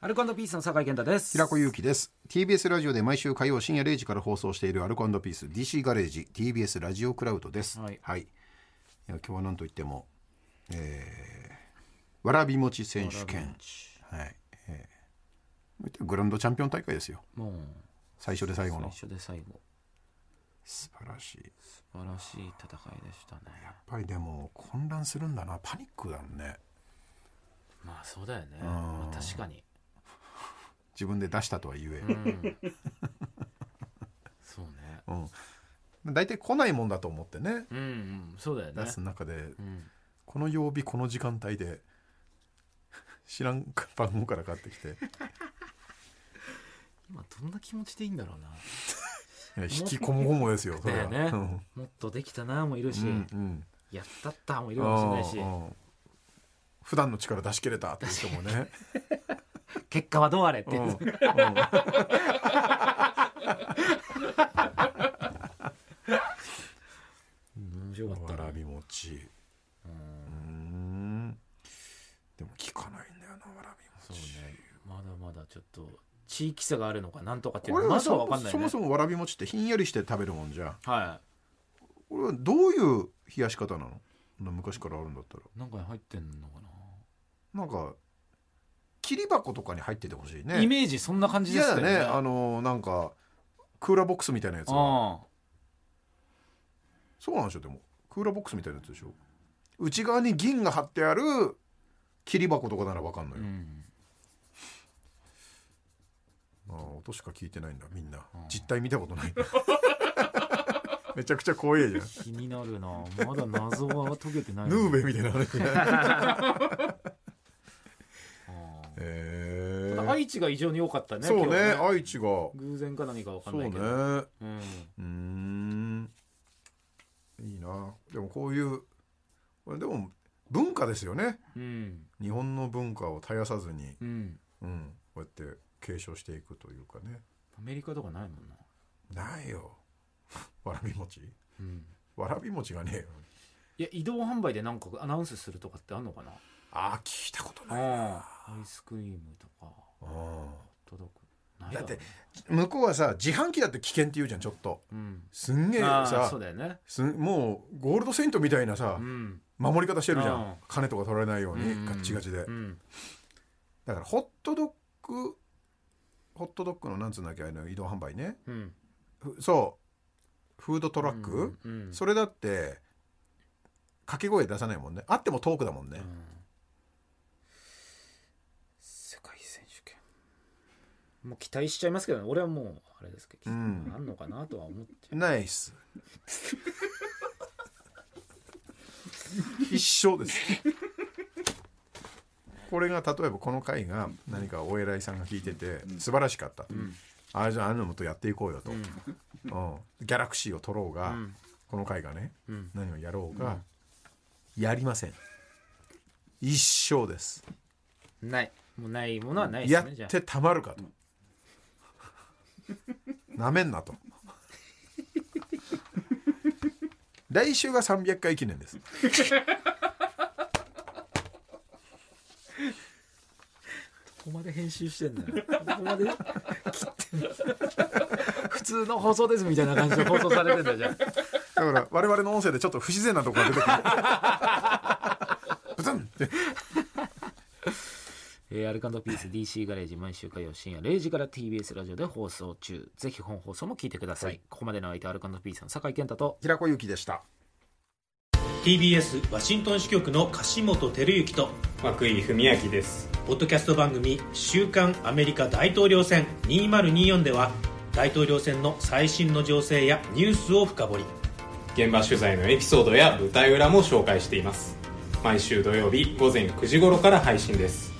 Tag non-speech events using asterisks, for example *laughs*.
アルコピースの酒井健太です平子祐希です TBS ラジオで毎週火曜深夜0時から放送しているアルコピース DC ガレージ TBS ラジオクラウドですはいいや今日は何といっても、えー、わらび餅選手権はい、えーグランドチャンピオン大会ですよもう最初で最後最の初で最後素晴らしいやっ素晴らしい戦いでしたねぱりでも混乱するんだなパニックだねまあそうだよね、まあ確かに自分で出したとは言え、うんそうねうん、大体来ないもんだと思ってねうんうんそうだよね出す中で、うんこの曜日この時間帯で知らん番号から買ってきて今どんな気持ちでいいんだろうないや引きこもごもですよそれだはよねうんもっとできたなもいるし、うんやったったもいうんるかもしれないしうんうん普段の力出し切れたっていう人 *laughs* もね、結果はどうあれっうて、んうんうん面白かったわならび餅ううんんでも聞かないんだよなわらびそう餅ねまだまだちょっと地域差があるのかなんとかっていうこれのははまだそわかんないそよねもそもわらび餅ってひんやりして食べるもんじゃんはこれはどういう冷やし方なの昔からあるんだったらいなんか入ってんのかなんか切り箱とかに入っててほしいな、ねイメージそんな感じで嫌しただよねねあのなんかクーラーボックスみたいなやつがそうなんでしょでもクーラーボックスみたいなやつでしょ内側に銀が貼ってある切り箱とかならわかんのうよ、んああ音しか聞いてないんだみんなうん実態見たことないん *laughs* だめちゃくちゃ怖えじゃん気になるなまだ謎は解けてないヌーベみたいな話 *laughs* あーへえただ愛知が異常に多かったねそうね今日は愛知がそ偶然か何かわかんうないねうけどーうんんいいなでもこういうこれでも文化ですよねうん日本の文化を絶やさずに、うんうん、こうやって継承していくというかねアメリカとかないもんなないよ *laughs* わらび餅うんわらび餅がねえよいや移動販売でなんかアナウンスするとかってあんのかなあー聞いたことないああアイスクリームとかう届くないんだだっろうねて向こうはさ自販機だって危険って言うじゃんちょっとうんすんげえああそさうだよねすんもうゴールドセイントみたいなさうん守り方してるじゃうんん金とか取られないよううんにガッチガチでうんだからホットドッグホットドッグのなんつうんだっけあの移動販売ねうんふそうフードトラック、うんうんそれだって掛け声出さないもんねあってもトークだもんね、うん世界選手権もう期待しちゃいますけどね俺はもうあれですけど、うんあんのかなとは思っちゃナイス一緒ですこれが例えばこの回が何かお偉いさんが聞いてて素晴らしかったと、ああじゃああのもとやっていこうよと、うんギャラクシーを取ろうが、んこの回がねう、うん、何をやろうが、やりません一生ですないもうないものはないでやすねじゃっあてたまるかとなめんなと来週が300回記念ですここまで編集してんだよここまで *laughs* 切ってんだ普通の放送ですみたいな感じで放送されてんだじゃんだから我々の音声でちょっと不自然なところが出てくるブツンってえーアルカンドピース DC ガレージ毎週火曜深夜0時から TBS ラジオで放送中ぜひ本放送も聞いてください、ここまでの相手はアルカンドピースの酒井健太と平子由紀でした TBS ワシントン支局の樫本照之と涌井文明ですポッドキャスト番組「週刊アメリカ大統領選2024」では大統領選の最新の情勢やニュースを深掘り現場取材のエピソードや舞台裏も紹介しています毎週土曜日午前9時頃から配信です